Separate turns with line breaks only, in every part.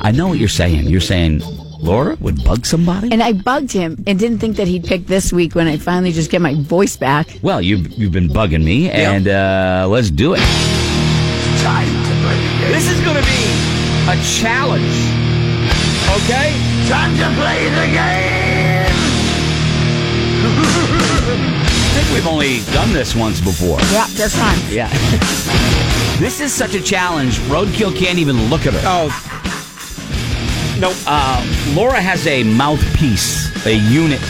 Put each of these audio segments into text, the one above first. I know what you're saying. You're saying Laura would bug somebody?
And I bugged him and didn't think that he'd pick this week when I finally just get my voice back.
Well, you've, you've been bugging me, and uh, let's do it.
Time to play the game.
This is going to be a challenge. Okay?
Time to play the game.
I think we've only done this once before.
Yeah, that's fine.
Yeah. this is such a challenge. Roadkill can't even look at her.
Oh.
Oh.
Nope.
Uh, Laura has a mouthpiece, a unit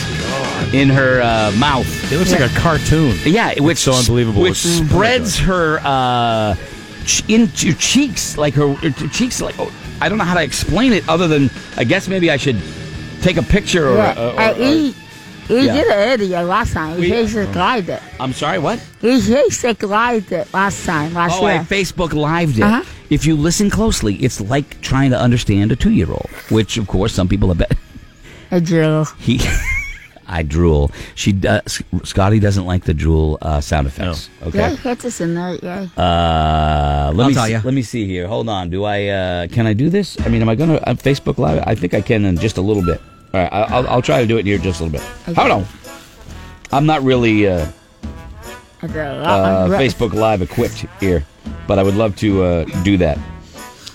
in her uh, mouth.
It looks like a cartoon.
Yeah, which
so unbelievable.
Which
It's- oh my
spreads her uh, ch- into your cheeks, like her, her cheeks. Like oh, I don't know how to explain it other than I guess maybe I should take a picture or.
Yeah,
or- or-
and
or-
he, he
yeah.
did an idiot last time. He
We-
hates the glider.
I'm sorry, what?
He hates the glider last time, last
Oh, I
year.
Facebook lived it.
Uh-huh.
If you listen closely, it's like trying to understand a two-year-old, which of course some people have been.
I drew.
He, I drool. She, uh, S- Scotty doesn't like the drool uh, sound effects.
Yeah,
Okay.
he hit us in there, yeah.
Uh, let
I'll
me
tell
see,
ya.
let me see here. Hold on. Do I? Uh, can I do this? I mean, am I going to uh, Facebook Live? I think I can in just a little bit. All right, I- I'll, I'll try to do it here just a little bit.
Okay.
Hold on. I'm not really uh,
I drew.
uh, Facebook Live equipped here, but I would love to uh, do that.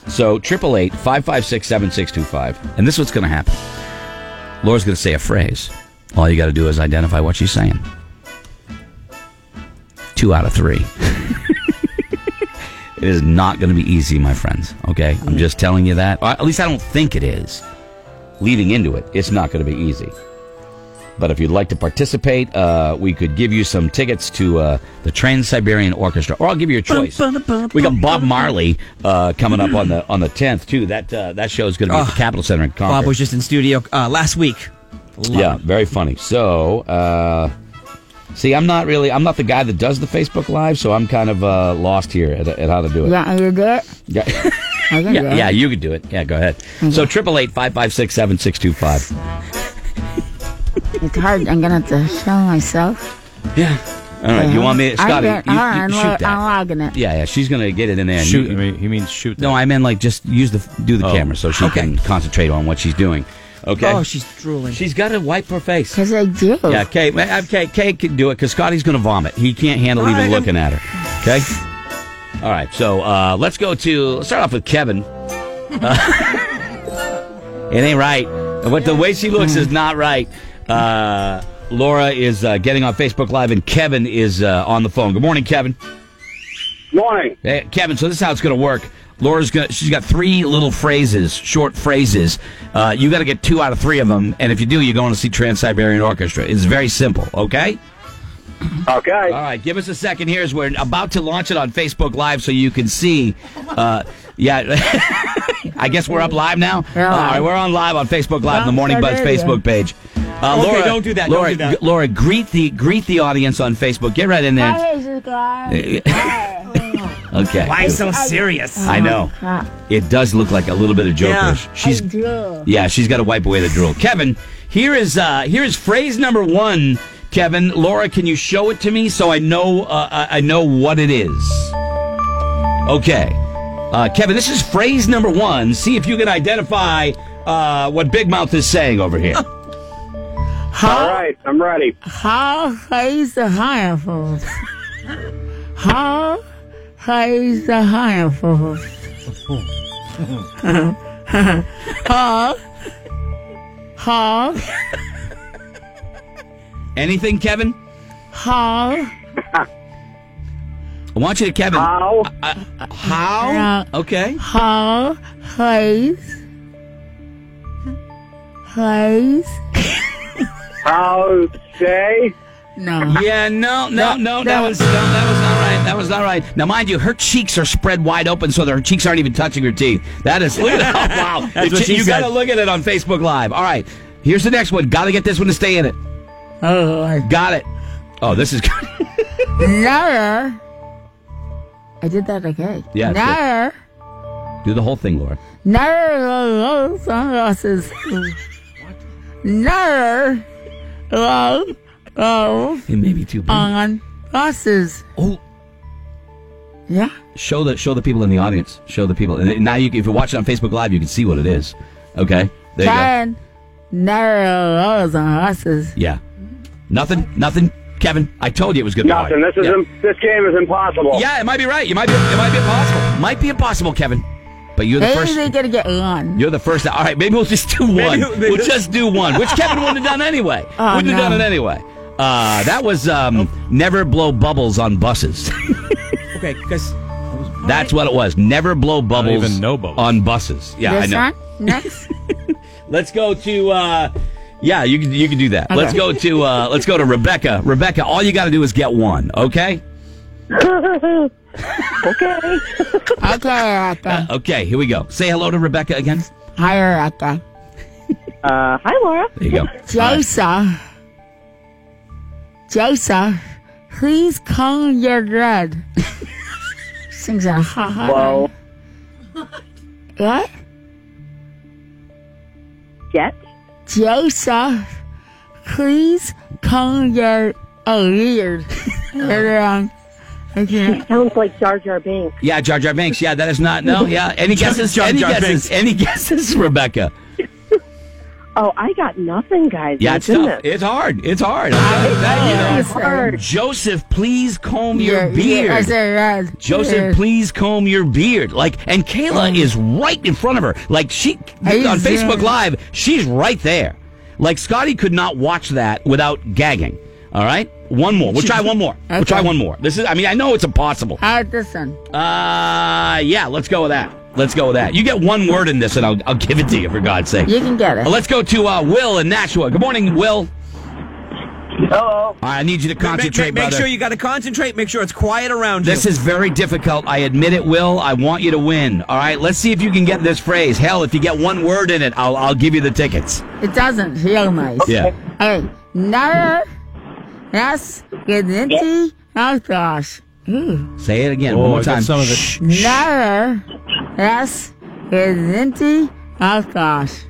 So triple eight five five six seven six two five, and this is what's going to happen. Laura's going to say a phrase. All you got to do is identify what she's saying. Two out of three. it is not going to be easy, my friends. Okay, I'm just telling you that. Or at least I don't think it is. Leading into it, it's not going to be easy. But if you'd like to participate, uh, we could give you some tickets to uh, the Trans Siberian Orchestra, or I'll give you a choice. We got Bob Marley uh, coming up on the on the tenth too. That uh, that show is going to be at the
Oh,
Capitol Center in Concord.
Bob was just in studio uh, last week. Love
yeah,
it.
very funny. So, uh, see, I'm not really I'm not the guy that does the Facebook Live, so I'm kind of uh, lost here at, at how to do it.
Yeah, and you did it?
Yeah.
I can do
Yeah,
it.
yeah, you could do it. Yeah, go ahead.
Mm-hmm.
So triple eight five five six seven six two five.
It's hard. I'm going to have to show myself.
Yeah. All right. Uh, You want me,
Mm-hmm.
Scotty?
I did.
You,
All right,
you
I'm,
shoot
lo-
that.
I'm logging it.
Yeah, yeah. She's gonna get it in there. and
Shoot,
you-
I mean, he means shoot.
No, I meant like just use the do the
Oh.
camera so she
Okay.
can concentrate on what she's doing. Okay.
Oh, she's drooling.
she's got to wipe her face.
Because I do.
Yeah, Kate. ma- uh, Kate, Kate can do it because Scotty's going to vomit. He can't handle
All
even
right,
looking at her. Okay. All right. So uh, let's go to. Let's start off with Kevin. Uh, it ain't right. But the way she looks is not right. Uh, Laura is uh, getting on Facebook Live, and Kevin is uh, on the phone. Good morning, Kevin.
Morning.
Hey, Kevin, so this is how it's going to work. Laura's going to, she's got three little phrases, short phrases. Uh, you got to get two out of three of them, and if you do, you're going to see Trans Siberian Orchestra. It's very simple, okay?
Okay.
All right, give us a second. Here's we're about to launch it on Facebook Live, so you can see. Uh, yeah, I guess we're up live now.
We're
All right,
live.
we're on live on Facebook Live on the Morning Buzz
Sounds good, yeah.
Facebook page. Uh,
Okay,
Laura,
don't do that, don't
Laura,
do that.
Laura, greet the greet the audience on Facebook. Get right in there.
I hate this guy.
Okay.
Why so serious?
I know.
crap.
It does look like a little bit of jokerish.
I
She's
drew.
yeah, she's got to wipe away the drool. Kevin, here is uh here is phrase number 1. Kevin, Laura, can you show it to me so I know uh, I I know what it is? Okay. Uh, Kevin, this is phrase number 1. See if you can identify uh, what Big Mouth is saying over here.
All right. I'm ready.
How haze the handful? How haze the handful? How? How?
Anything, Kevin?
How?
I want you to Kevin.
How?
How? Okay.
How haze? Haze?
How say?
No.
Yeah, no, no, no, that
no.
was no, that was not right. That was not right. Now, mind you, her cheeks are spread wide open, so that her cheeks aren't even touching her teeth. That is look at that. wow.
That's
you
what she
you
said.
gotta look at it on Facebook Live. All right, here's the next one. Gotta get this one to stay in it.
Oh, I
Got it. Oh, this is
never. I did that okay.
Yeah, it's good.
Never.
do the whole thing, Laura.
Never love sunglasses. Never love love Um,
It may be too big.
on buses.
oh,
Yeah.
Show the show the people in the audience. Show the people. And now, you, can- if you watch it on Facebook Live, you can see what it is. Okay, there you go.
Ten narrows on horses.
Yeah, nothing, nothing. Kevin, I told you it was good.
Nothing. This is
yeah.
im- this game is impossible.
yeah, it might be right. You might be. It might be impossible. Oh. Might be impossible, Kevin. But you're the
Maybe
first.
they're gonna get one.
You're the first. All right, maybe we'll just do one.
maybe-
We'll just do one, which Kevin wouldn't have done anyway.
Oh,
wouldn't have
no.
done it anyway. Uh, that was um, never blow bubbles on buses.
Okay, guys.
That's what it was. Never blow bubbles,
even know bubbles.
on buses. Yeah, I
this
know.
one next.
Let's go to. Uh, yeah, you can you can do that. Let's go to uh, let's go to Rebecca. Rebecca, all you got to do is get one. Okay.
okay, Rocco.
Okay. Here we go. Say hello to Rebecca again.
Hi, Rocco.
There you go.
Joseph. Joseph, please comb your dread. Sings a ha ha.
Whoa.
What?
Jet?
Joseph, please comb your oh weird. You're wrong. Okay.
Sounds like Jar Jar Binks.
Yeah, Jar Jar Binks. Yeah, that is not no. Yeah, any guesses?
Jar
any
Jar
guesses?
Binks.
Any guesses, Rebecca?
Oh, I got nothing, guys.
Yeah,
My
it's
goodness.
tough. It's hard. It's hard. That, you know.
It's hard.
Joseph, please comb your
Yeah, yeah, I
beard.
said red.
Joseph,
Weird.
please comb your beard. Like, and Kayla is right in front of her. Like, she
Hey,
on Facebook
Zach.
Live, she's right there. Like, Scotty could not watch that without gagging. All right, one more. We'll try one more. We'll
Okay.
try one more. This is. I mean, I know it's impossible.
How about this one?
Uh, yeah. Let's go with that. Let's go with that. You get one word in this, and I'll I'll give it to you for God's sake.
You can get it.
Uh, Let's go to uh, Will in Nashua. Good morning, Will.
Hello.
I need you to
Make,
concentrate,
make, make
brother.
sure you got to concentrate. Make sure it's quiet around
This
you.
is very difficult. I admit it, Will. I want you to win. All right, let's see if you can get this phrase. Hell, if you get one word in it, I'll, I'll give you the tickets.
It doesn't feel nice.
Yeah.
Hey, never. Yes, Genenti Outlaws.
Say it again.
Oh,
one more
I got
time.
some of it.
Shh.
Never. Yes, Genenti Outlaws.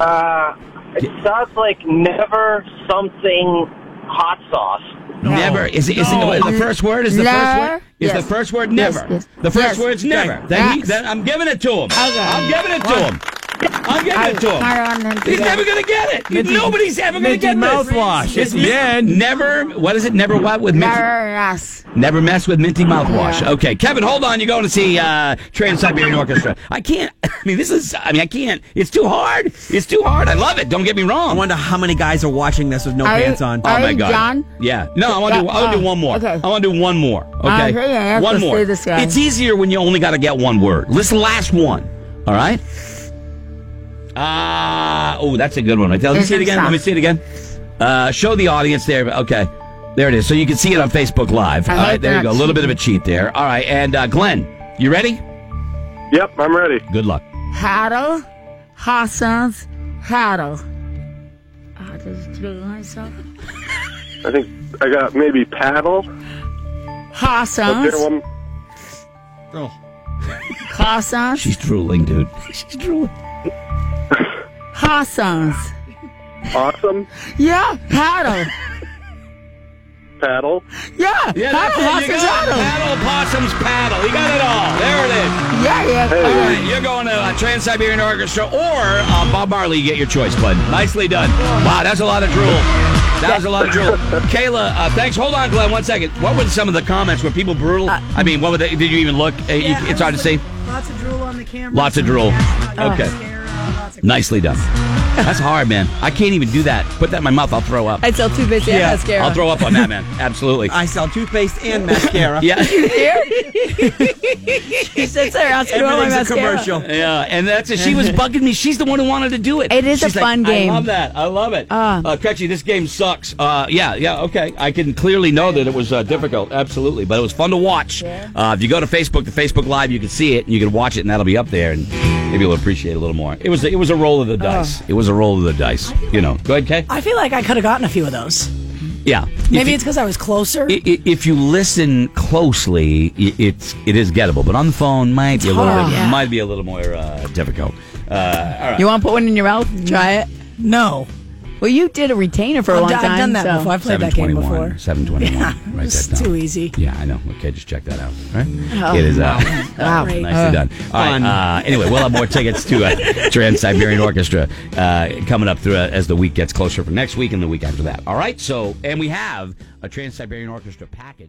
Uh, it sounds like never something hot sauce.
Never. Is, it- is it the first word? Is the first
No.
word? Is
Yes.
the first word
Yes,
never?
yes.
The first
Yes.
word's never. Then, he,
Yes.
then I'm giving it to him. I'm giving it to him. I'm giving it to him.
I don't think
He's
that-
never gonna get it. Nobody's ever gonna
Mickey
get
mouthwash.
this. It's
At the
Mickey-
end.
Never. What is it? Never what with Mickey?
Never. Yes.
Never mess with minty mouthwash.
Yeah.
Okay, Kevin, hold on. You're going to see uh, Trans Siberian Orchestra. I can't. I mean, this is. I mean, I can't. It's too hard. It's too hard. I love it. Don't get me
I
wrong.
wonder how many guys are watching this with no
Are you-
pants on.
are
oh my
you
god.
done?
Yeah. No, I want to. Do, I want to do one more.
Oh. Okay. Oh,
I want to do one more. Okay.
Okay, yeah,
one
let's
more.
do this guy.
It's easier when you only got to get one word. This last one. All right. Ah. oh, that's a good one. Right there. Let me
It's
see it again. Let me
soft.
see it again. Uh, show the audience there. Okay. There it is. So you can see it on Facebook Live.
I
All
like
right. There you
that.
go. A little bit of a cheat there. All right. And uh, Glenn, you ready?
Yep, I'm ready.
Good luck.
Haddle. Hassan's Haddle. Oh, did you do myself?
I think I got maybe paddle. Let's hear
Hassan's.
one.
Hassan's.
She's drooling, dude. She's drooling.
Hassan's.
Awesome.
Yeah, paddle.
Paddle.
Yeah,
Yeah, that's
paddle,
it. You
Hassan's
got it.
paddle.
Paddle, possums, paddle. You got it all. There it is.
Yeah, yeah.
All
all
right, you're going to uh, Trans Siberian Orchestra or uh, Bob Marley. You get your choice, bud. Nicely done. Wow, that's a lot of drool. That was a lot of drool. Kayla, uh, thanks. Hold on, Glenn, one second. What were some of the comments? Were people brutal? I mean, what were they? Did you even look? Uh, you- it's hard to see.
Uh, Lots of drool on the camera.
Lots of drool. Okay.
Okay.
Nicely done. That's hard, man. I can't even do that. Put that in my mouth. I'll throw up.
I still too busy. Yeah.
I'll throw up on that, man. Absolutely.
I sell toothpaste and mascara.
Yeah.
She sits there. I'll screw on my
Everything's a
mascara.
commercial.
Yeah, and that's it. She was bugging me. She's the one who wanted to do it.
It is a
She's like,
fun game.
I love that. I love it. Uh,
Ah.
Kretchy, this game sucks. Uh, yeah, yeah, okay. I can clearly know that it was uh, difficult, absolutely, but it was fun to watch. Uh, if you go to Facebook, the Facebook Live, you can see it and you can watch it, and that'll be up there, and maybe you'll appreciate it a little more. It was it was a roll of
Oh.
the dice. It was a roll of the dice. You know. Go ahead, Kay.
I feel like I could have gotten a few of those.
Yeah.
Maybe
If you-
it's because I was closer.
i- i- if you listen closely, i- it's it is gettable, but on the phone might be a little
Ah.
hard,
bit,
yeah.
might be a little more uh, difficult. Uh, all right.
You want to put one in your mouth? Try it.
no.
Well, you did a retainer for a
I've
long
done- I've
time.
done that
so-
before. I've played that game before.
721.
Yeah,
Write
it's
that down.
too easy.
Yeah, I know. Okay, just check that out. All Right?
Oh,
it is
wow.
out.
Wow.
Nicely
Uh,
done. All right. Uh, anyway, we'll have more tickets to uh, Trans Siberian Orchestra uh, coming up through uh, as the week gets closer for next week and the week after that. All right. So, and we have a Trans Siberian Orchestra package.